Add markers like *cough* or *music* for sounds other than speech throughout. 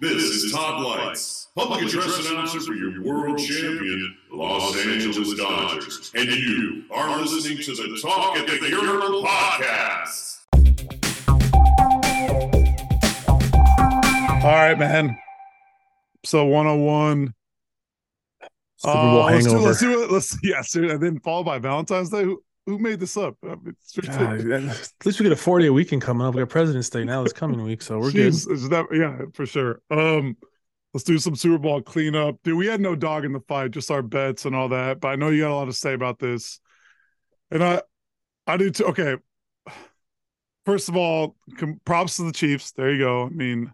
This is Todd Lights, public address announcer for your world champion Los Angeles Dodgers, and you are listening to the Talk at the Urinal podcast. All right, man. So 101. Super Uh, Bowl let's, do, hangover. let's do it. Let's *laughs* yeah, so- and then followed by Valentine's Day. Who, who made this up? I mean, it's God, ridiculous. *laughs* at least we get a four day weekend coming up. We got President's Day now this coming week, so we're good. Jeez, is that- yeah, for sure. Um, let's do some Super Bowl cleanup, dude. We had no dog in the fight, just our bets and all that. But I know you got a lot to say about this, and I, I do too. Okay, first of all, com- props to the Chiefs. There you go. I mean,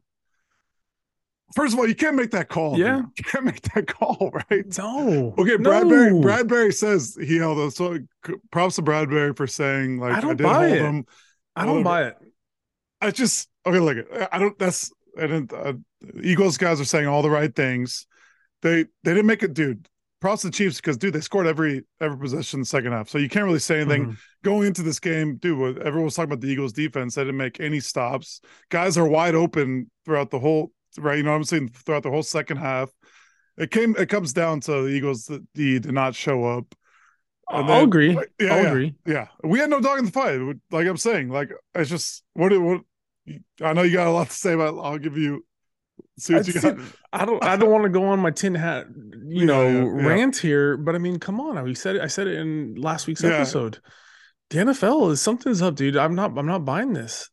first of all, you can't make that call. Yeah. man. you can't make that *laughs* call, right? No. Okay, Bradbury. No. Bradbury says he held us. So c- props to Bradbury for saying like I, I don't did buy hold it. him. I Oh. don't buy it. I just okay. Look, I- I don't. That's I didn't. Uh, Eagles guys are saying all the right things. They they didn't make it, dude. Props to the Chiefs because dude, they scored every every possession in the second half. So you can't really say anything Mhm. going into this game, dude. what- Everyone was talking about the Eagles defense. They didn't make any stops. Guys are wide open throughout the whole right. You know what I'm saying throughout the whole second half. It came. It comes down to the Eagles that the, did not show up. I'll then- agree. Yeah, I'll yeah. agree. Yeah, we had no dog in the fight. It- Like I'm saying, like it's just what it what. I know you got a lot to say about. I'll give you. See what I'd you sit- got. I don't. I don't want to go on my tin hat, you Yeah, know, yeah, yeah. rant here. But I mean, come on. We said it. I said it in last week's Yeah. episode. The NFL is something's up, dude. I'm not. I'm not buying this.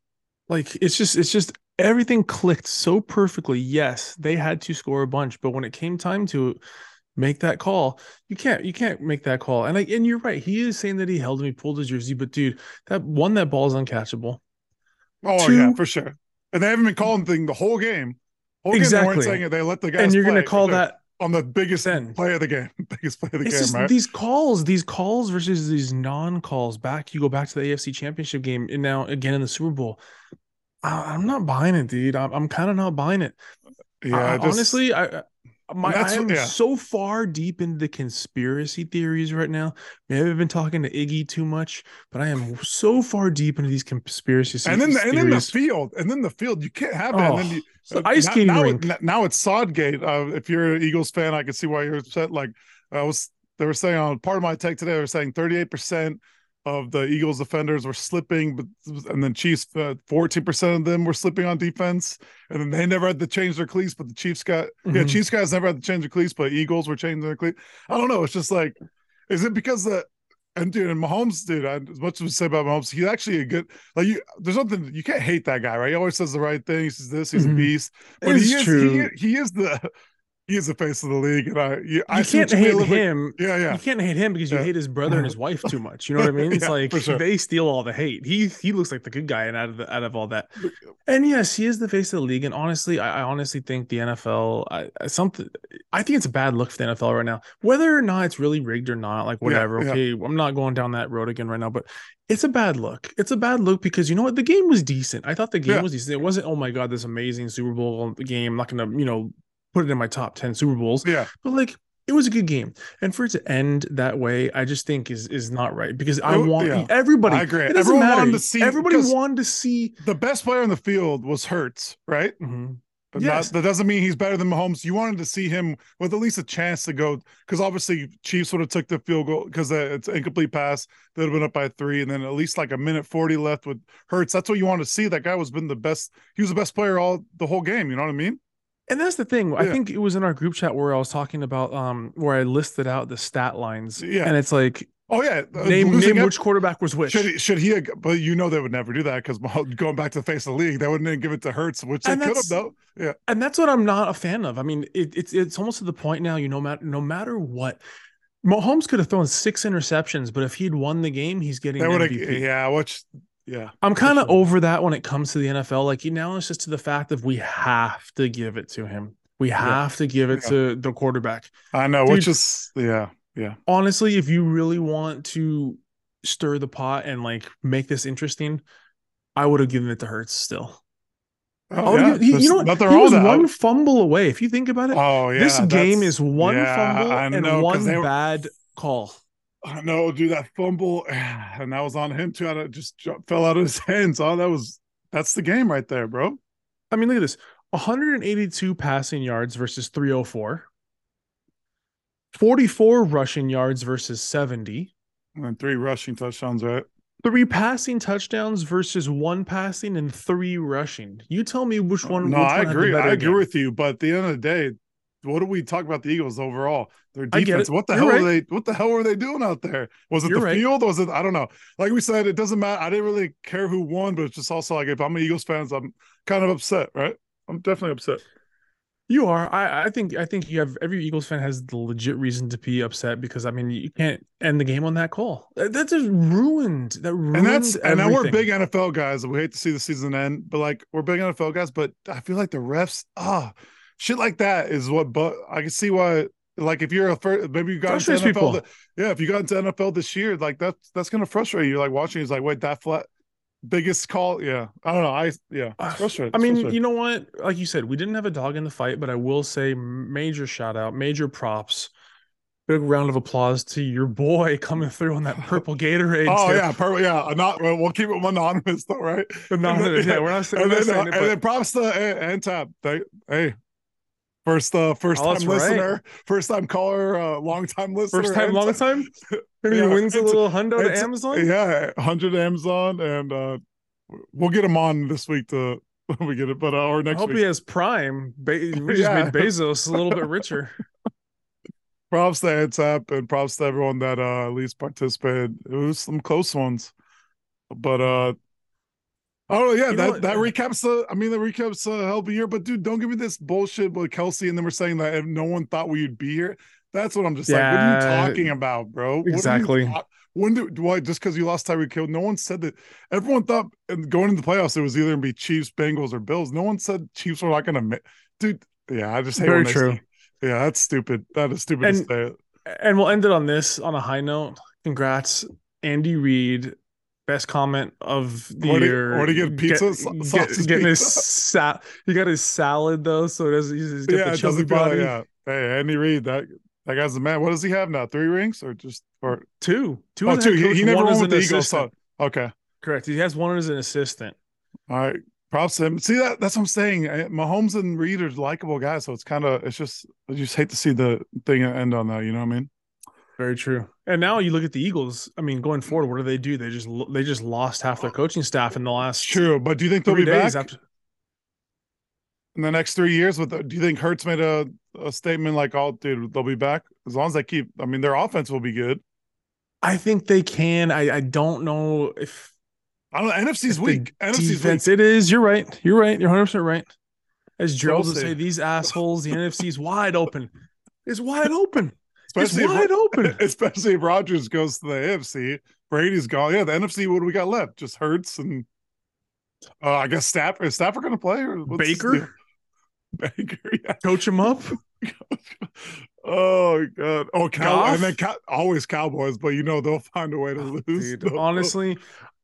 Like it's just. It's just everything clicked so perfectly. Yes, they had to score a bunch, but when it came time to make that call, you can't. You can't make that call. And like, and you're right. He is saying that he held him. He pulled his jersey, but dude, that one that ball is uncatchable. Oh yeah, Two- for sure. And they haven't been calling thing the whole game. Whole game they Exactly. weren't saying it. They let the guys. And you're gonna play. call Dude, that on the biggest then. play of the game, *laughs* biggest play of the it's game, just right? these calls, these calls versus these non-calls. Back, you go back to the AFC Championship game, and now again in the Super Bowl. I, I'm not buying it, dude. I'm, I'm kind of not buying it. yeah, I- I- I just- honestly, I I- my I That's- am yeah. so far deep into the conspiracy theories right now. Maybe I've been talking to Iggy too much, but I am so far deep into these conspiracy And then, the, theories. and then the field, and then the field, you can't have it. and then Oh, you, the uh, ice now- skating now, rink. it- now it's Sodgate. Uh, if you're an Eagles fan, I can see why you're upset. Like I was, they were saying on part of my take today, they were saying 38 percent of the Eagles defenders were slipping, but and then Chiefs, 14 percent of them were slipping on defense, and then they never had to change their cleats. But the Chiefs got yeah, Mhm. Chiefs guys never had to change their cleats, but Eagles were changing their cleats. I don't know. It's just like, is it because the and dude and Mahomes, dude, I, as much as we say about Mahomes, he's actually a good like you. There's nothing you can't hate that guy, right? He always says the right thing. He says this. He's Mhm. a beast. But It's he is true. He, he is the *laughs* he is the face of the league, and I you, I you see what can't you mean a hate little bit. him. Yeah, yeah. You can't hate him because you Yeah. hate his brother and his wife *laughs* too much. You know what I mean? It's Yeah, like for sure. they steal all the hate. He he looks like the good guy and out of the, out of all that. And yes, he is the face of the league. And honestly, I, I honestly think the NFL I, I- something. I think it's a bad look for the NFL right now. Whether or not it's really rigged or not, like whatever. yeah. Okay, I'm not going down that road again right now. But it's a bad look. It's a bad look because you know what? The game was decent. I thought the game Yeah. was decent. It wasn't. Oh my god, this amazing Super Bowl game. I'm not gonna you know put it in my top ten Super Bowls Yeah, but like it was a good game and for it to end that way i just think is is not right because i It- want yeah. everybody I agree. it doesn't Everyone matter. wanted to see- everybody because- wanted to see the best player on the field was Hurts, right? Mhm. Not- Yes. that doesn't mean he's better than Mahomes. You wanted to see him with at least a chance to go because obviously Chiefs would have took the field goal because it's an incomplete pass. They'd have been up by three, and then at least like a minute forty left with Hurts. That's what you wanted to see. That guy was been the best. He was the best player all the whole game. You know what I mean? and that's the thing i Yeah. think it was in our group chat where i was talking about um where i listed out the stat lines Yeah. and it's like Oh yeah, uh, name, losing name ev- which quarterback was which Should he, should he? have- But you know they would never do that because going back to the face of the league, they wouldn't give it to Hertz, which they And could have that's- though. Yeah, and that's what I'm not a fan of. I mean, it, it's it's almost to the point now. You know, ma- no matter what, Mahomes could have thrown six interceptions, but if he'd won the game, he's getting they would have. MVP. Yeah, which yeah, I'm kind of sure. over that when it comes to the NFL. Like you now, it's just to the fact of we have to give it to him. We have to give it Yeah. to the quarterback. I know. Dude. Which is yeah, Honestly, if you really want to stir the pot and like make this interesting, I would have given it to Hertz still. I oh, would've yeah. given- he- there's you know what? nothing He wrong was with that. one fumble away. If you think about it, oh yeah, *laughs* this game that's- is one yeah, fumble I and know, 'cause one they were- bad call. I know, dude. That fumble, *sighs* and that was on him too. *laughs* And it just ju- fell out of his hands. Oh, that was that's the game right there, bro. I mean, look at this. 182 passing yards versus 304. 44 rushing yards versus 70. And three rushing touchdowns, right? Three passing touchdowns versus one passing and three rushing. You tell me which one. No, which I one had the agree. better I agree game. with you. But at the end of the day, what do we talk about the Eagles overall? Their I get defense. it. What the You're hell right. were they? What the hell were they doing out there? Was it You're the right. field? Was it? I don't know. Like we said, it doesn't matter. I didn't really care who won, but it's just also like if I'm an Eagles fans, I'm kind of upset, right? I'm definitely upset. You are. I, I think. I think you have every Eagles fan has the legit reason to be upset because I mean you can't end the game on that call. That, that just ruined. That ruined. And that's and now we're everything. big NFL guys. and We hate to see the season end, but like we're big NFL guys. But I feel like the refs, ah, shit like that is what. But I can see why. Like if you're a first, maybe you got into Frustrates NFL. people. th- yeah, if you got into NFL this year, like that's that's gonna frustrate you. Like watching, is like, wait, that flat biggest call. Yeah, I don't know. I yeah, Uh, it's frustrating. I It's mean, frustrating. you know what? Like you said, we didn't have a dog in the fight, but I will say major shout out, major props, big round of applause to your boy *laughs* coming through on that purple Gatorade. Oh too. yeah, perfect. Yeah, not we'll we'll keep it anonymous though, right? Anonymous. Yeah, we're not saying, And we're not then, uh, saying it, and but- then props to and, and tap. They, hey, first uh, first Oh, time that's right. listener, first time caller, uh, long time listener, First time, and long Tap. *laughs* time. Maybe he Yeah, wins a it's- little hundo to it's- Amazon. Yeah, hundred Amazon, and uh, we'll get him on this week to *laughs* when we get it, but uh, or I next hope week. he has Prime. Be- we just Yeah. *laughs* made Bezos a little bit richer. props to Antap and props to everyone that uh at least participated. It was some close ones. But uh I don't know, yeah, You know that, what? that recaps the I mean that recaps uh hell of a year, but dude, don't give me this bullshit with Kelsey and then we're saying that if no one thought we'd be here. That's what I'm just like, what Yeah. are you talking about, bro? What are you Exactly. talk- when do why just because you lost Tyreek Hill, no one said that everyone thought and going into the playoffs it was either gonna be Chiefs, Bengals, or Bills. No one said Chiefs were not gonna mi- dude. Yeah, I just hate Very when they say- true. Yeah, that's stupid. That is stupid to And- say. And we'll end it on this on a high note. Congrats, Andy Reid. Best comment of the What do you- year. what do you get, pizza? Sa- sausage getting his pizza? sa- he got his salad though, so it doesn't. He's he's got yeah, the it chubby doesn't bother. body. Yeah. Hey, Andy Reid, that that guy's the man. What does he have now? Three rings or just or Two, two. oh, as two? a head He, coach, he never one as won with an the Eagles. assistant. So. Okay. Correct. He has one as an assistant. All right. Props to him. See that that's what I'm saying. Eh, Mahomes and Reid are likable guys, so it's kind of it's just I just hate to see the thing end on that. You know what I mean? Very true. And now you look at the Eagles. I mean, going forward, what do they do? They just lo- they just lost half their coaching staff in the It's last true, but do you think they'll three be days back after. in the next three years? With the, do you think Hertz made a, a statement like, "Oh, dude, they'll be back as long as they keep"? I mean, their offense will be good. I think they can. I I don't know if I don't. know. NFC's if the weak. NFC's weak. defense. It is. You're right. You're right. You're 100 percent right. As Gerald would see. say, these assholes. The NFC's wide open. It's *laughs* wide open. Especially if- it's wide open. especially if Rogers goes to the AFC. Brady's gone. Yeah, the NFC. What do we got left? Just Hurts and uh, I guess Staff. Is Stafford going to play or *laughs* what's his Baker, deal? *laughs* Baker. Yeah. coach *laughs* him up. Oh God. Oh, cow. Goff? Ah, And then cow- always Cowboys, but you know they'll find a way to lose. Dude, They'll- they'll- honestly,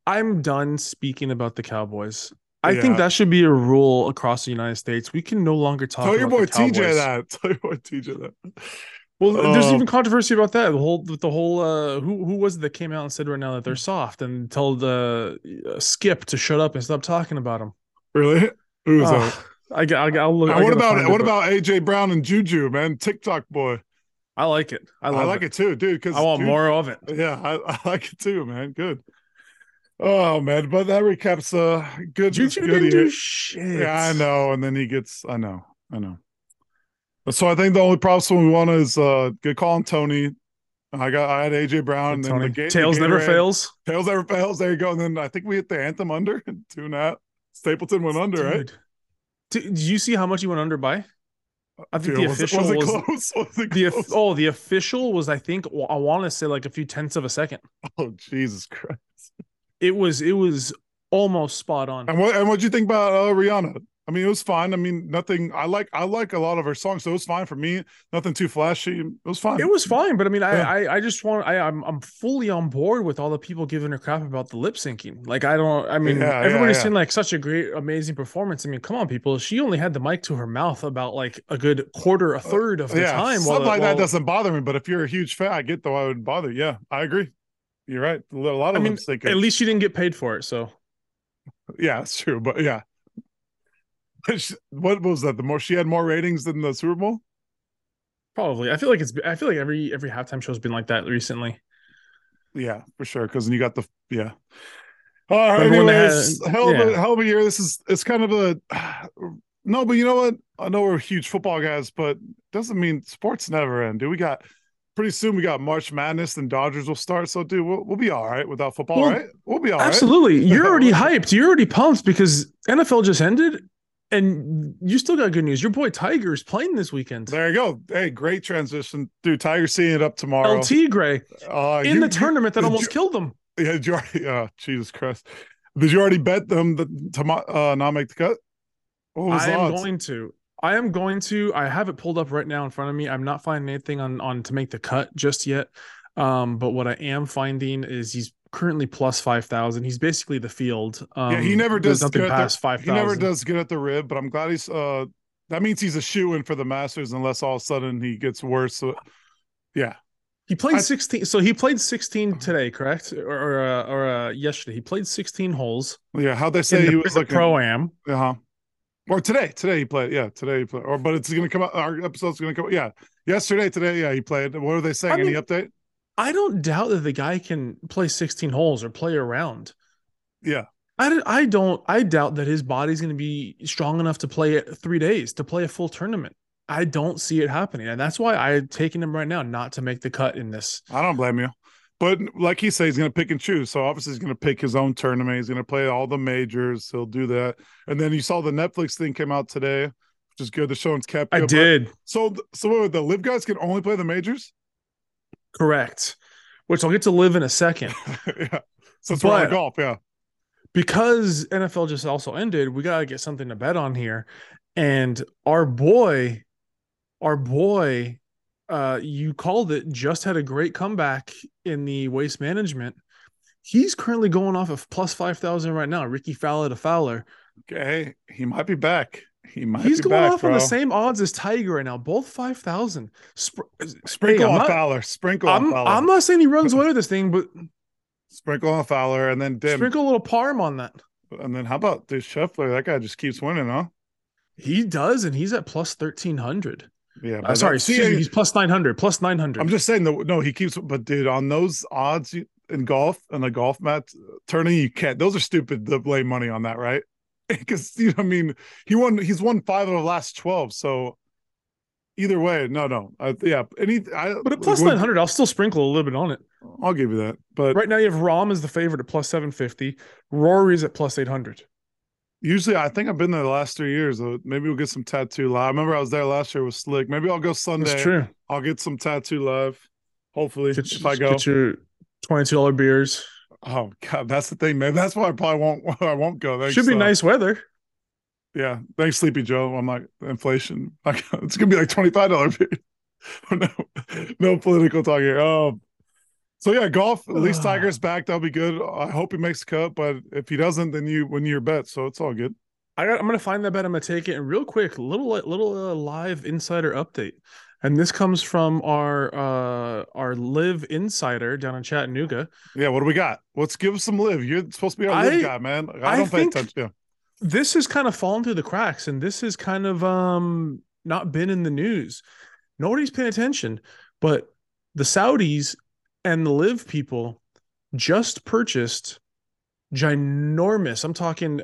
I'm done speaking about the Cowboys. I Yeah. think that should be a rule across the United States. We can no longer talk. tell your about boy the Cowboys. TJ that. *laughs* Tell your boy TJ that. Well, there's Oh. even controversy about that. The whole with the whole uh, who who was it that came out and said right now that they're soft and told uh, Skip to shut up and stop talking about them. Really? Who's Ah, that? I got. I got. I'll look, Uh, I what gotta about find it, what but about AJ Brown and Juju, man? TikTok boy. I like it. I, I, love like it. too, dude. Because I want more of it. Yeah, I, I like it too, man. Good. Oh man, but that recaps uh good. Juju good didn't year. do shit. Yeah, I know. And then he gets I know, I know. So I think the only problem we want is uh good call on Tony. I got I had AJ Brown and then Tony, the gate. tails never fails. Tails never fails. There you go. And then I think we hit the anthem under *laughs* two and a half. Stapleton went under, right? Dude. Did, did you see how much he went under by? I think Dude, the was, it- official was was, it close? *laughs* Was it the close? of- oh the official was I think well, I want to say like a few tenths of a second. oh Jesus Christ! It was it was almost spot on. And what and what'd you think about uh, Rihanna? I mean, it was fine. I mean, nothing. I like I like a lot of her songs, so it was fine for me. Nothing too flashy. It was fine. It was fine, but I mean, I, Yeah. I, I just want I, I'm, I'm fully on board with all the people giving her crap about the lip syncing. Like, I don't, I mean, Yeah, yeah, everybody's yeah. seen like such a great, amazing performance. I mean, come on, people. She only had the mic to her mouth about like a good quarter, a third of the Uh, yeah, time. stuff while the- like while- that doesn't bother me. But if you're a huge fan, I get though I would bother. Yeah, I agree. You're right. A lot a lot I of mean, lip syncing. At least she didn't get paid for it, so yeah, it's true. But yeah, *laughs* What was that? The more she had more ratings than the Super Bowl. Probably. I feel like it's. I feel like every every halftime show's been like that recently. Yeah, for sure. Because then you got the yeah. All right, anyways, had, hell, yeah. of a, hell of a year. This is it's kind of a *sighs* no, but you know what? I know we're huge football guys, but doesn't mean sports never end. Dude, we got pretty soon we got March Madness and Dodgers will start. So, dude, we'll, we'll be all right without football, well, right? We'll be all absolutely. *laughs* right. You're already hyped. You're already pumped because NFL just ended and you still got good news. Your boy Tiger is playing this weekend. There you go. Hey, great transition. Dude, Tiger seeing it up tomorrow. LT Gray uh, in you, the tournament that almost you, killed them. *laughs* Yeah, did you already, uh, Jesus Christ. Did you already bet them to uh, not make the cut? I am odds? going to. I am going to. I have it pulled up right now in front of me. I'm not finding anything on on to make the cut just yet. Um, but what I am finding is he's currently plus five thousand. He's basically the field. Um, yeah, he never does nothing past five thousand. He never does good at the rib, but I'm glad he's. Uh, that means he's a shoe in for the Masters, unless all of a sudden he gets worse. So, yeah, he played I, sixteen. So he played sixteen today, correct? Or or, uh, or uh, yesterday he played sixteen holes. Yeah, how'd they say the he was like pro am? Uh huh or today today he played yeah today he played or but it's gonna come out our episode's gonna come yeah yesterday today yeah he played what are they saying I mean, any update i don't doubt that the guy can play 16 holes or play around yeah i, I don't i doubt that his body's gonna be strong enough to play it three days to play a full tournament i don't see it happening and that's why i've taken him right now not to make the cut in this i don't blame you but like he said, he's going to pick and choose. So obviously, he's going to pick his own tournament. He's going to play all the majors. He'll do that. And then you saw the Netflix thing came out today, which is good. The show's kept. I good, did. So, so wait, the live guys can only play the majors. Correct. Which I'll get to live in a second. *laughs* yeah. So it's but, golf. Yeah. Because NFL just also ended, we got to get something to bet on here. And our boy, our boy uh, you called it, just had a great comeback in the waste management. He's currently going off of plus 5,000 right now, Ricky Fowler to Fowler. Okay. He might be back. He might He's going back, off bro. on the same odds as Tiger right now, both 5,000. Spr- Sprinkle hey, on not, Fowler. Sprinkle I'm, Fowler. I'm not saying *laughs* he runs away with this thing, but. Sprinkle on Fowler and then dim. Sprinkle a little parm on that. And then how about this Scheffler? That guy just keeps winning, huh? He does, and he's at plus 1,300. Yeah, I'm Uh, sorry. See, he's plus nine hundred. Plus nine hundred. I'm just saying. The, no, he keeps. But dude, on those odds you, in golf and a golf mat tourney, you can't. Those are stupid to lay money on that, right? *laughs* Because you know, I mean, he won. He's won five of the last twelve. So either way, no, no, I, yeah. Any, I, but at plus nine hundred, I'll still sprinkle a little bit on it. I'll give you that. But right now, you have Rom as the favorite at plus seven fifty. Rory's at plus eight hundred. Usually, I think I've been there the last three years. Maybe we'll get some tattoo live. I remember I was there last year with Slick. Maybe I'll go Sunday. That's true. I'll get some tattoo live. Hopefully, get, if I go, get your twenty-two dollar beers. Oh God, that's the thing, man. That's why I probably won't. *laughs* I won't go. Thanks, Should be uh, nice weather. Yeah, thanks, Sleepy Joe. I'm like inflation. *laughs* Like, it's gonna be like twenty-five dollar beer. *laughs* no, no political talk here. Oh, so yeah, golf. At *sighs* least Tiger's back. That'll be good. I hope he makes the cut, but if he doesn't, then you win your bet. So it's all good. I got. I'm gonna find that bet. I'm gonna take it. And real quick, little little uh, live insider update, and this comes from our uh our live insider down in Chattanooga. Yeah, what do we got? Let's give some live. You're supposed to be our I, live guy, man. I don't I pay attention. Yeah. This has kind of fallen through the cracks, and this has kind of um not been in the news. Nobody's paying attention, but the Saudis and the live people just purchased ginormous i'm talking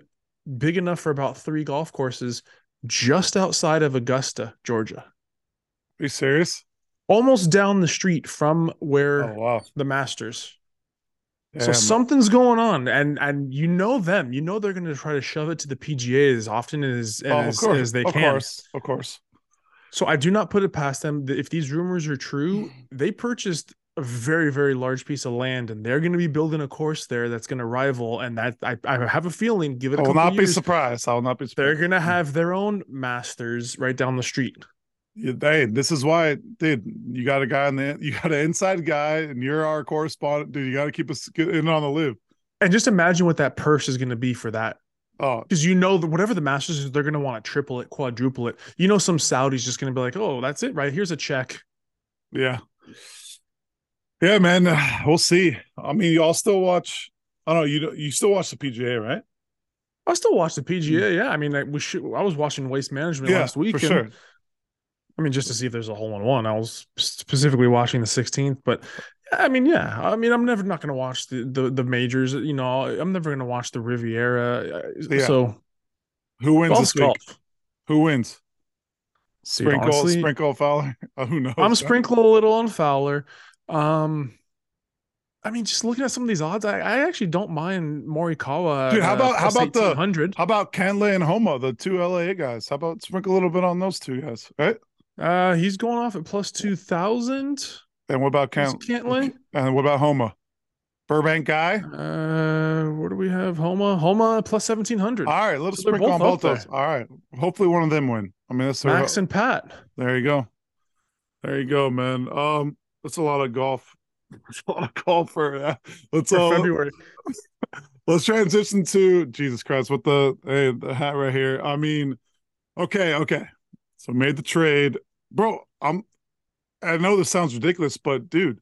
big enough for about three golf courses just outside of augusta georgia are you serious almost down the street from where oh, wow. the masters Damn. so something's going on and and you know them you know they're going to try to shove it to the pga as often as oh, as, as, they of can course. of course so i do not put it past them if these rumors are true they purchased a very very large piece of land and they're going to be building a course there that's going to rival and that I, I have a feeling give it I will not years, be Hmm. surprised I will not be surprised. they're going to have their own masters right down the street yeah, hey this is why dude you got a guy on the *laughs* you got an inside guy and you're our correspondent dude you got to keep us in on the loop and just imagine what that purse is going to be for that Oh, because you know that whatever the masters is, they're going to want to triple it, quadruple it. You know, some Saudi's just going to be like, "Oh, that's it, right? Here's a check." Yeah, yeah, man, *sighs* we'll see. I mean, y'all still watch. I don't know. You you still watch the PGA, right? I still watch the PGA. Yeah, I mean, I, we should, I was watching Waste Management Hmm. yeah, last week. for and- sure. I mean, just to see if there's a hole in one. I was specifically watching the 16th, but I mean, yeah. I mean, I'm never not going to watch the, the the majors. You know, I'm never going to watch the Riviera. uh, Yeah. So Who wins golf's this week? golf. Who wins? Dude, Sprinkle, honestly, Sprinkle *laughs* Fowler. Uh, who knows? I'm sprinkling a little on Fowler. Um, I mean, just looking at some of these odds, I, I actually don't mind Morikawa. uh, Dude, how about- how about the- hundred? How about Kenley and Homa, the two LA guys? How about sprinkle a little bit on those two guys, right? Uh, he's going off at plus two thousand. And what about Ken? Cantley. And what about Homa? Burbank guy. Uh, where do we have Homa? Homa plus seventeen hundred. All right, let's So they're sprinkle on both both up those. All right, hopefully one of them win. I mean, that's their, Max and Pat. there you go, there you go, man. Um, that's a lot of golf. *laughs* That's a lot of golf for. Uh, let's for uh, February. let's transition to Jesus Christ with the hey, the hat right here. I mean, okay, okay. So made the trade, bro. I'm. I know this sounds ridiculous, but dude,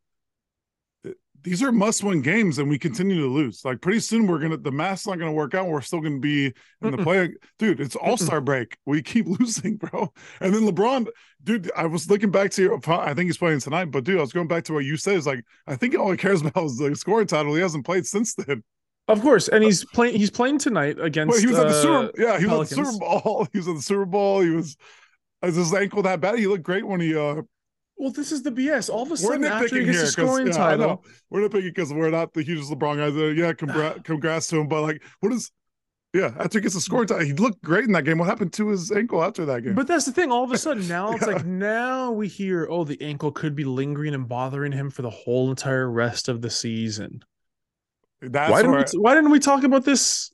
th- these are must-win games, and we continue to lose. Like pretty soon, we're gonna the math's not gonna work out. and We're still gonna be in the Mm-mm. play. Dude, it's All-Star break. We keep *laughs* losing, bro. And then LeBron, dude. I was looking back to your. I think he's playing tonight, but dude, I was going back to what you said. Is like I think all he cares *laughs* about is the scoring title. He hasn't played since then. Of course, and he's playing. He's playing tonight against. Uh, Well, he was at the uh, Super. Yeah, he was at the Pelicans. Super Bowl. *laughs* He was at the Super Bowl. He was. Is his ankle that bad? He looked great when he. uh Well, this is the BS. All of a We're sudden, after he nitpicking here gets the 'cause, scoring yeah, I know. title, We're nitpicking because we're not the hugest LeBron guys. Uh, yeah, *sighs* congrats, congrats to him. But like, what is? Yeah, after he gets the scoring title, he looked great in that game. What happened to his ankle after that game? but that's the thing. All of *laughs* a sudden, now it's like now we hear, oh, the ankle could be lingering and bothering him for the whole entire rest of the season. That's why didn't where we, why didn't we talk about this?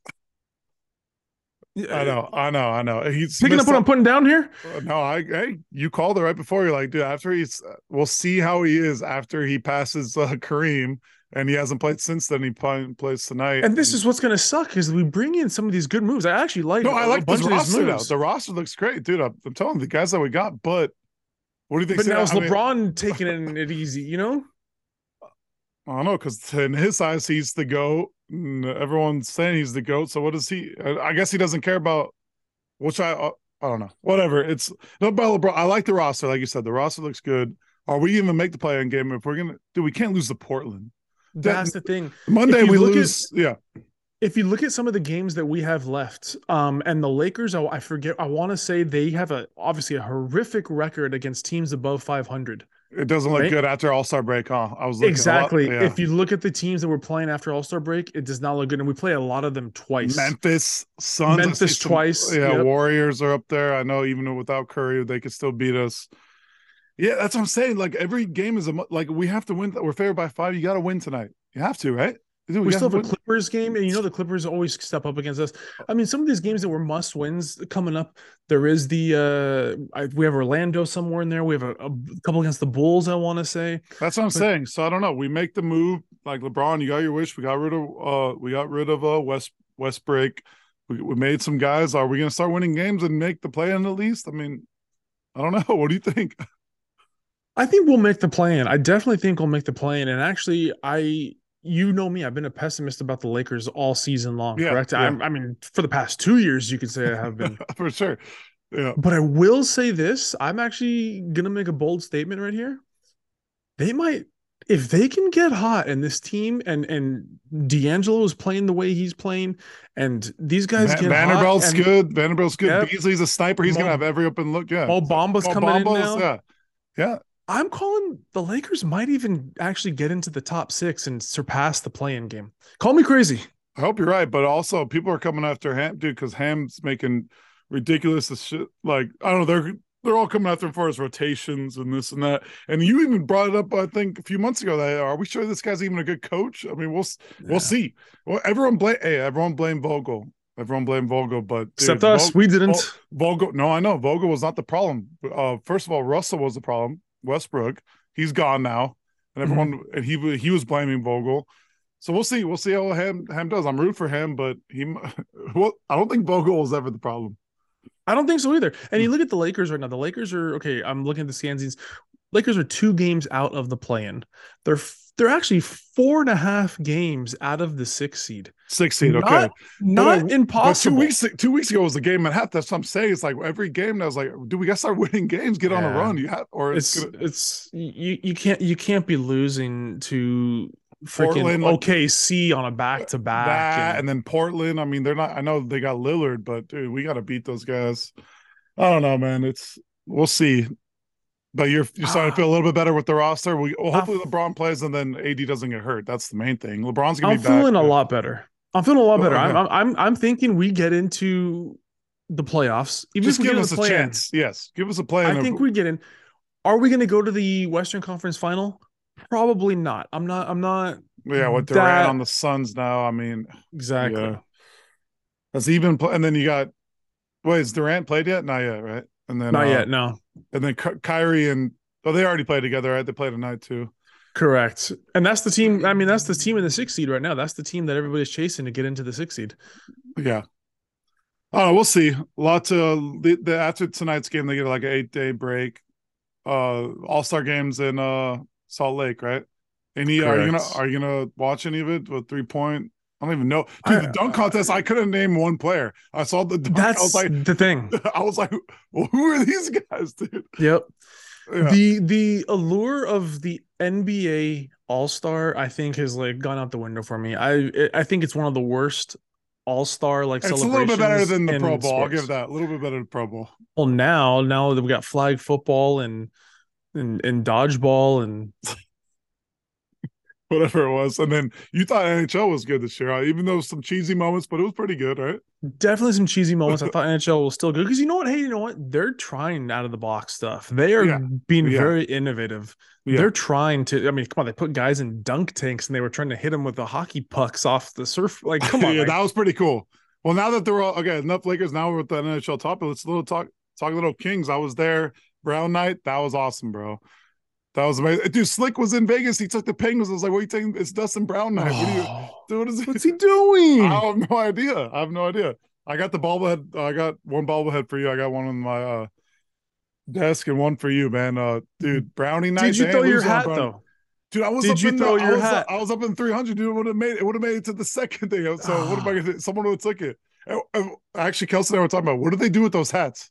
Uh, I know, I know, I know. He's Picking missed up what out- I'm putting down here. Uh, No, I hey, you called it right before. You're like, dude, after he's, uh, we'll see how he is after he passes uh, Kareem, and he hasn't played since then. He play, plays tonight, And this is what's going to suck is we bring in some of these good moves. I actually like. no, I a like bunch this of these roster now. moves. The roster looks great, dude. I'm, I'm telling you, the guys that we got, but what do you think? But now I is mean, LeBron taking it- it easy? You know. I don't know because in his eyes, he's the goat. And everyone's saying he's the goat. So what does he? I I guess he doesn't care about which I. uh, I don't know. Whatever. It's no about LeBron. I like the roster, like you said. The roster looks good. Are we even make the play-in game if we're gonna? Dude, we can't lose to Portland That's the thing. Monday. If you We look at- lose. yeah, if you look at some of the games that we have left, um, and the Lakers, I, I forget, I want to say they have a obviously a horrific record against teams above 500. it doesn't look Right? good after All Star break. Huh? I was looking a lot- exactly. yeah. If you look at the teams that we're playing after All Star break, it does not look good, and we play a lot of them twice. Memphis, Suns, I see Memphis some- twice, Yeah, yep. Warriors are up there. I know even without Curry, they could still beat us. Yeah, that's what I'm saying. Like every game is a mu- like we have to win. We're favored by five. You got to win tonight. You have to, right? Dude, we still gotta have a win. Clippers game, and you know the Clippers always step up against us. I mean, some of these games that were must wins coming up. There is the uh, I, we have Orlando somewhere in there. We have a, a couple against the Bulls. I want to say. That's what I'm saying. So I don't know. We make the move like LeBron. You got your wish. We got rid of uh, we got rid of uh West Westbreak. We, we made some guys. Are we gonna start winning games and make the play in at least? I mean, I don't know. *laughs* What do you think? I think we'll make the plan. I definitely think we'll make the plan. And actually, I you know me, I've been a pessimist about the Lakers all season long. Yeah, correct? I'm- I, mean, for the past two years, you could say I *laughs* have been. For sure. Yeah. but I will say this: I'm actually gonna make a bold statement right here. They might, if they can get hot, and this team and and D'Angelo is playing the way he's playing, and these guys Va- get Vanderbilt's hot, and good. Vanderbilt's good. Yep. Beasley's a sniper. He's Mo- gonna have every open look. Yeah. Mo Bamba's Mo coming in Bamba's- now. yeah. I'm calling the Lakers might even actually get into the top six and surpass the play-in game. Call me crazy. I hope you're right, but also people are coming after Ham, dude, because Ham's making ridiculous as shit. Like I don't know, they're they're all coming after him for his rotations and this and that. And you even brought it up, I think, a few months ago. That are we sure this guy's even a good coach? I mean, we'll s Yeah. we'll see. Well, everyone blame hey, everyone blame Vogel. Everyone blame Vogel, but dude, Except us, Vog- we didn't. Vogel. No, I know Vogel was not the problem. Uh, first of all, Russell was the problem. Westbrook, he's gone now, and everyone and he wa- he was blaming Vogel. So we'll see. We'll see how Ham Ham does. I'm rooting for him, but he. *laughs* m- Well, I don't think Vogel was ever the problem. Hmm. I don't think so either. And you look at the Lakers right now. The Lakers are okay. I'm looking at the Scansies. Lakers are two games out of the play-in. They're they're actually four and a half games out of the six seed. Six seed, Not- okay. Not Well, But two impossible. weeks two weeks ago was the game at half. That's what I'm saying. It's like every game that was like, do we gotta start winning games? Get on a Yeah. run. You have or it's, it's gonna, it's you you can't you can't be losing to freaking Portland, like- OKC on a back to that back. and then Portland. I mean, they're not I know they got Lillard, but dude, we gotta beat those guys. I don't know, man. It's we'll see. But you're you're starting to Ah. feel a *sighs* little bit better with the roster. We well, I'm- hopefully LeBron plays and then AD doesn't get hurt. That's the main thing. LeBron's gonna I'm be back. feeling a lot better. I'm feeling a lot Oh, better. yeah. I'm, I'm I'm I'm thinking we get into the playoffs. Even Just if we give get in us the a play-in. chance. Yes, give us a play. and I a- think we get in. Are we going to go to the Western Conference Final? Probably not. I'm not. I'm not yeah, with Durant that- on the Suns now. I mean, exactly. Yeah. That's even, pl- and then you got. Wait, is Durant played yet? Not yet, right? And then Not uh, yet. No. And then Ky- Kyrie and oh, they already played together, right? They played tonight too. Correct. And that's the team. I mean, that's the team in the sixth seed right now. That's the team that everybody's chasing to get into the sixth seed. Yeah. Oh, we'll see. A lot to the, the after tonight's game, they get like an eight day break. Uh, All Star games in uh Salt Lake, right? Any are you gonna Correct. are you gonna watch any of it with three point? I don't even know. Dude, I- the dunk contest, I couldn't name one player. *laughs* I saw the dunk. I was That's like, the thing. I was like, *laughs* well, who are these guys, dude? Yep. Yeah. The the allure of the NBA All Star, I think, has like gone out the window for me. I I think it's one of the worst All Star like It's a celebrations. little bit better than the in Pro Bowl. I'll sports. give that a little bit better than Pro Bowl. *laughs* well now now that we got flag football and and, and dodgeball and Whatever it was. And then you thought NHL was good this year, even though some cheesy moments, but it was pretty good, right? definitely some cheesy moments. *laughs* I thought NHL was still good because you know what? Hey, you know what? They're trying out of the box stuff. They are Yeah. being Yeah. very innovative. Yeah. They're trying to. I mean, come on, they put guys in dunk tanks and they were trying to hit them with the hockey pucks off the surf. *laughs* Like, come on, yeah, like, that was pretty cool. Well, now that they're all okay, enough Lakers. Now we're with the NHL topic. Let's little talk talk little Kings. I was there Brown night. That was awesome, bro. That was amazing. Dude, Slick was in Vegas. He took the Penguins. I was like, what are you taking? It's Dustin *laughs* Brown night. What are *sighs* you Oh, dude? What is what's he *laughs* doing? I have no idea. I have no idea. I got the bobblehead. uh, I got one bobblehead for you. I got one on my uh, desk and one for you, man. Uh, dude, brownie night. Did you they throw ain't your losing on hat Brownie. though? Dude, I was Did up you in the- throw I your was- hat? I was up in 300, dude. It would have made it. Would have made it to the second thing. So what am I Ah. *sighs* gonna? do? Someone would have took it. And- and Actually, Kelsey and I were talking about what do they do with those hats?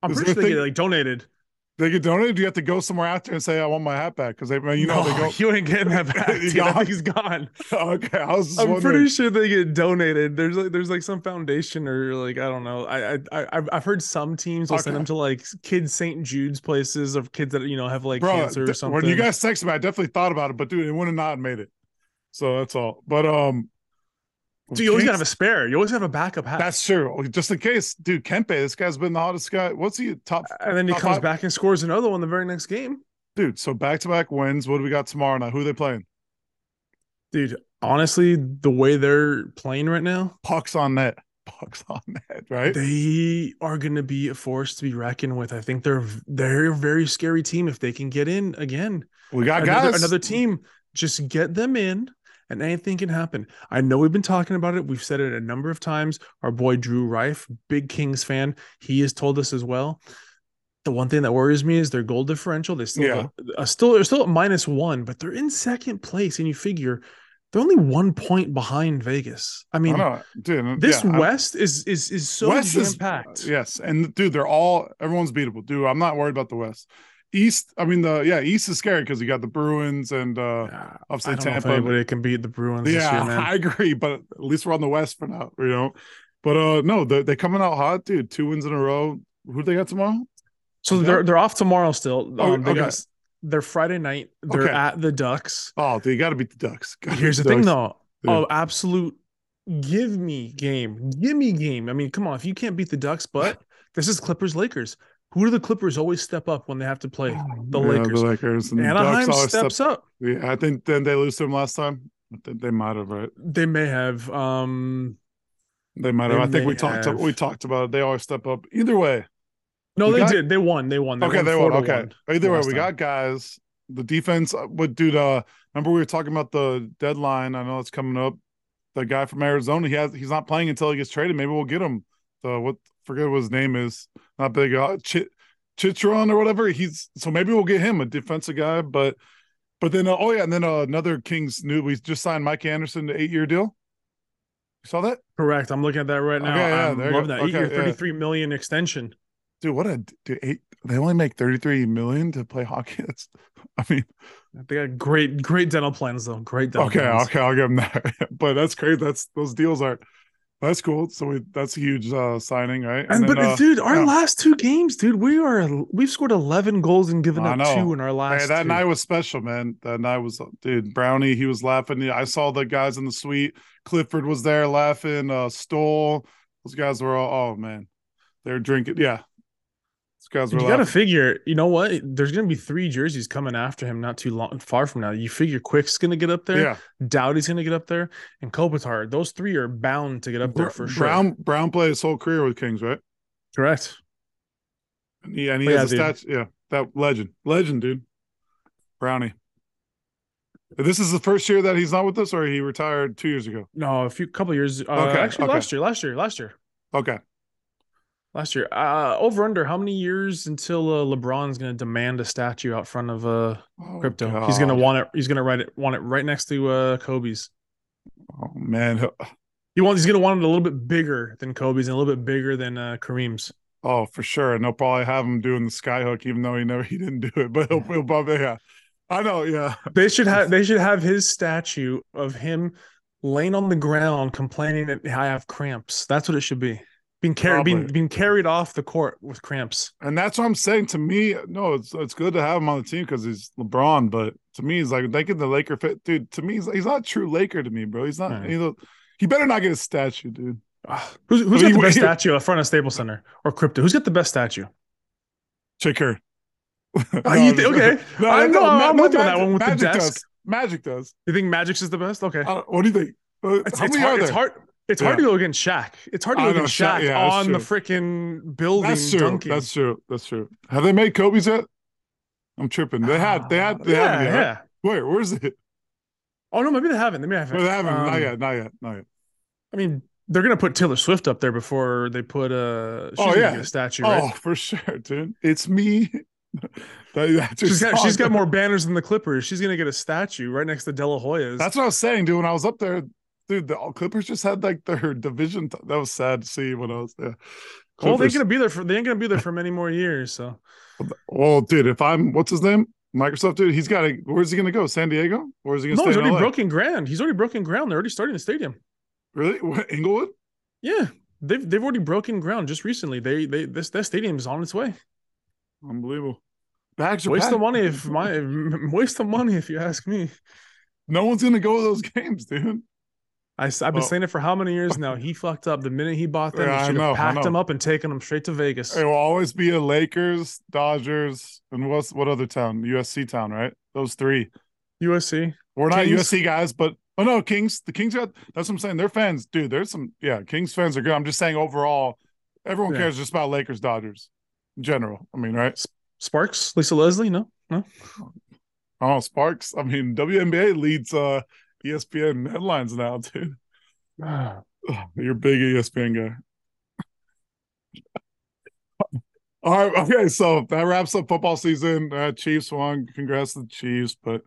I'm Is pretty there sure a they get thing- like donated. They get donated. Do you have to go somewhere after and say I want my hat back? Because they, *laughs* you know, No, Oh, *laughs* you ain't getting that *laughs* back. He dude. I gone. think *laughs* he's gone. they go. *laughs* okay, I was just I'm wondering. pretty sure they get donated. There's like there's like some foundation or like I don't know. I I I- I've I've heard some teams will send Okay. them to like kids St. Jude's places of kids that you know have like cancer or th- something. When you guys texted me, I definitely thought about it, but dude, it would have not made it. So that's all. But um, so you always gotta Kemp- have a spare. You always have a backup hat. that's true. Just in case, dude, Kempe, this guy's been the hottest guy. What's he top? and then he top comes five? back and scores another one the very next game. dude. So back to back wins. What do we got tomorrow night? Who they playing? Dude, honestly, the way they're playing right now, Pucks on net. *laughs* Pucks on net. Right. they are gonna be a force to be reckoned with. I think they're they're a very scary team if they can get in again. we got another, guys. another team. Just get them in, and anything can happen. I know we've been talking about it. We've said it a number of times. Our boy Drew Rife, big Kings fan, he has told us as well. The one thing that worries me is their goal differential. They still have a- a- still they're still at minus one, but they're in second place, and you figure they're only one point behind Vegas. I I mean, know, dude. this yeah, I'm- West is is is so West is- jam packed. Yes, and dude, they're all everyone's beatable. Dude, I'm not worried about the West. East, I mean the yeah, East is scary because you got the Bruins and uh I obviously don't know if Tampa. anybody can beat the Bruins this Yeah, *laughs* year, man. I agree, but at least we're on the West for now, you know. But uh no, they're, they're coming out hot, dude. Two wins in a row. Who they got tomorrow? So Is they're that- they're off tomorrow still. Oh, Um, they okay. got, they're Friday night. They're Okay. at the Ducks. Oh, dude, you got to beat the Ducks. *laughs* Gotta Here's the beat thing, Ducks. though. Yeah. Oh, absolute give me game, give me game. I mean, come on, if you can't beat the Ducks, but this is Clippers Lakers. Who do the Clippers always step up when they have to play? Oh, the Yeah, Lakers. the Lakers and the Ducks Anaheim always step- steps up. Yeah, I think then they lose to them last time. I think they might have, right? They may have. Um, They might have. They I think we may talked. have. we talked about it. They always step up. Either way, no, You they got- did. They won. They won. They okay, they four won. to Okay. one Either way, last we time. got guys. The defense. uh, What, dude? Uh, remember we were talking about the deadline. I know it's coming up. The guy from Arizona. He has. He's not playing until he gets traded. Maybe we'll get him. The what? Forget what his name is. Not big. Uh, Ch- Chitron or whatever. He's so maybe we'll get him a defensive guy, but but then uh, oh yeah, and then uh, another Kings new. We just signed Mike Anderson to eight year deal. You saw that, Correct. I'm looking at that right now. Okay, yeah, I there you love go. that. Okay, Eight-year, yeah. 33 million extension. dude? What a dude, eight. They only make thirty three million to play hockey. *laughs* That's, I mean, They got great, great dental plans though. Great dental okay, plans. okay, I'll give him that. *laughs* but that's crazy. That's those deals are. That's cool. So we, that's a huge uh, signing, right? And, but then, uh, dude, our yeah. last two games, dude, we are we've scored 11 goals and given I up know. two in our last. Hey, that two. night was special, man. That night was, dude. Brownie, he was laughing. I saw the guys in the suite. Clifford was there laughing. Uh, Stoll, those guys were all. Oh man, they're drinking. Yeah, those guys You were. got to laughing. figure, you know what? There's going to be three jerseys coming after him not too long, far from now. You figure Quick's going to get up there, yeah, Dowdy's going to get up there, and Kopitar. Those three are bound to get up there for sure. Brown Brown played his whole career with Kings, right? Correct. And he, and he But has yeah, a statue. Yeah, that legend, legend, dude. Brownie. This is the first year that he's not with us, or he retired two years ago. No, a few couple years. Uh, Okay, Actually, okay. last year, last year, last year, Okay, last year. Uh, over under, how many years until uh, LeBron's going to demand a statue out front of uh, Oh, crypto? he's going to God. want it. He's going to write it. Want it right next to uh, Kobe's. Oh man, He wants. He's going to want it a little bit bigger than Kobe's and a little bit bigger than uh, Kareem's. Oh, for sure, and they'll probably have him doing the skyhook, even though he never he didn't do it. But he'll, *laughs* he'll probably yeah. I know, yeah. They should have they should have his statue of him laying on the ground complaining that I have cramps. That's what it should be. Being carried being, Probably. being carried off the court with cramps. And that's what I'm saying. To me, no, it's it's good to have him on the team because he's LeBron. But to me, he's like they get the Laker fit, dude. To me, he's, he's not a true Laker to me, bro. He's not. Right. Ah, You know, he better not get a statue, dude. Ugh. Who's who's I got mean, *laughs* the best wait. statue in front of Staples Center or crypto? Who's got the best statue? *laughs* Chicker. Oh, you *laughs* thi- okay. I know, I'm with you on that one with the Magic desk. does. Magic does. You think Magic's is the best? Okay. I don't- what do you think? Uh, It's, how it's many are hard, it's there? hard. It's hard to go against Shaq. It's hard to I go know, against Shaq- Shaq yeah, that's on the freaking building That's true. dunking. That's true. That's true. Have they made Kobe's yet? I'm tripping. They had. They had. They yeah, haven't yet. right? Ah, yeah. Wait, where's *laughs* it? Oh no, maybe they haven't. They may have. Where they haven't? not Um, yet. Not yet. Not yet. I mean, they're gonna put Taylor Swift up there before they put uh, she's Oh, gonna yeah. get a statue, Oh, right? for sure, dude. It's me. *laughs* That- that's her She's got song. she's got more banners than the Clippers. She's gonna get a statue right next to De La *laughs* Hoya's. That's what I was saying, dude. When I was up there, dude, the Clippers just had like their division. t- that was sad to see when I was there. well, they're Clippers- gonna be there for they ain't gonna be there for many more years. So Well, dude, if I'm what's his name, Microsoft dude, he's got to. Where's he gonna go? San Diego? Or is he gonna no, stay he's in already LA? broken ground. He's already broken ground. They're already starting the stadium. Really? What, Inglewood? Yeah, they've they've already broken ground just recently. They they this that stadium is on its way. Unbelievable. Bags are Waste the packed. money if my *laughs* waste the money if you ask me. No one's gonna go to those *laughs* games, dude. I, have been Well- saying it for how many years now? He fucked up the minute he bought them. Yeah, I they should know, I have packed know. them up and taken them straight to Vegas. It will always be a Lakers, Dodgers, and what's what other town? USC town, right? Those three. USC. We're not Kings? USC guys, but oh no, Kings. The Kings got that's what I'm saying. They're fans, dude. There's some yeah, Kings fans are good. I'm just saying overall, everyone Yeah. cares just about Lakers, Dodgers, in general. I mean, right? Sparks, Lisa Leslie, no, no. Oh, Sparks. I mean, WNBA leads uh ESPN headlines now, *laughs* dude. *sighs* Ugh, You're a big E ESPN guy. *laughs* All right, okay, so that wraps up football season. Uh, Chiefs won. Congrats to the Chiefs, but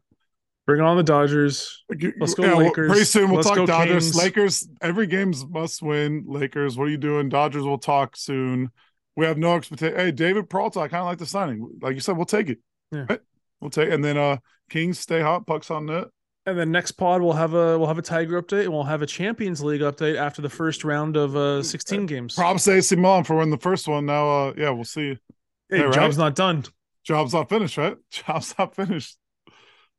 Bring on the Dodgers. Let's go well, Lakers. pretty soon we'll Let's talk go Dodgers. Kings. Lakers. Every game's must win. Lakers. What are you doing? Dodgers. We'll talk soon. We have no expectation. Hey, David Peralta. I kind of like the signing. Like you said, we'll take it. Yeah. Right? We'll take. And then uh Kings stay hot. Pucks on net. And then next pod we'll have a we'll have a Tiger update and we'll have a Champions League update after the first round of uh 16 games. Props to AC Milan for winning the first one. Now, uh yeah, we'll see. hey, yeah, right? job's not done. Job's not finished, right? *laughs* Job's not finished.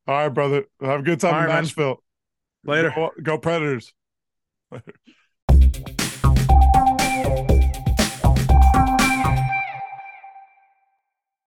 All right, brother. Have a good time All in right, man. Nashville. Later. Go, go Predators.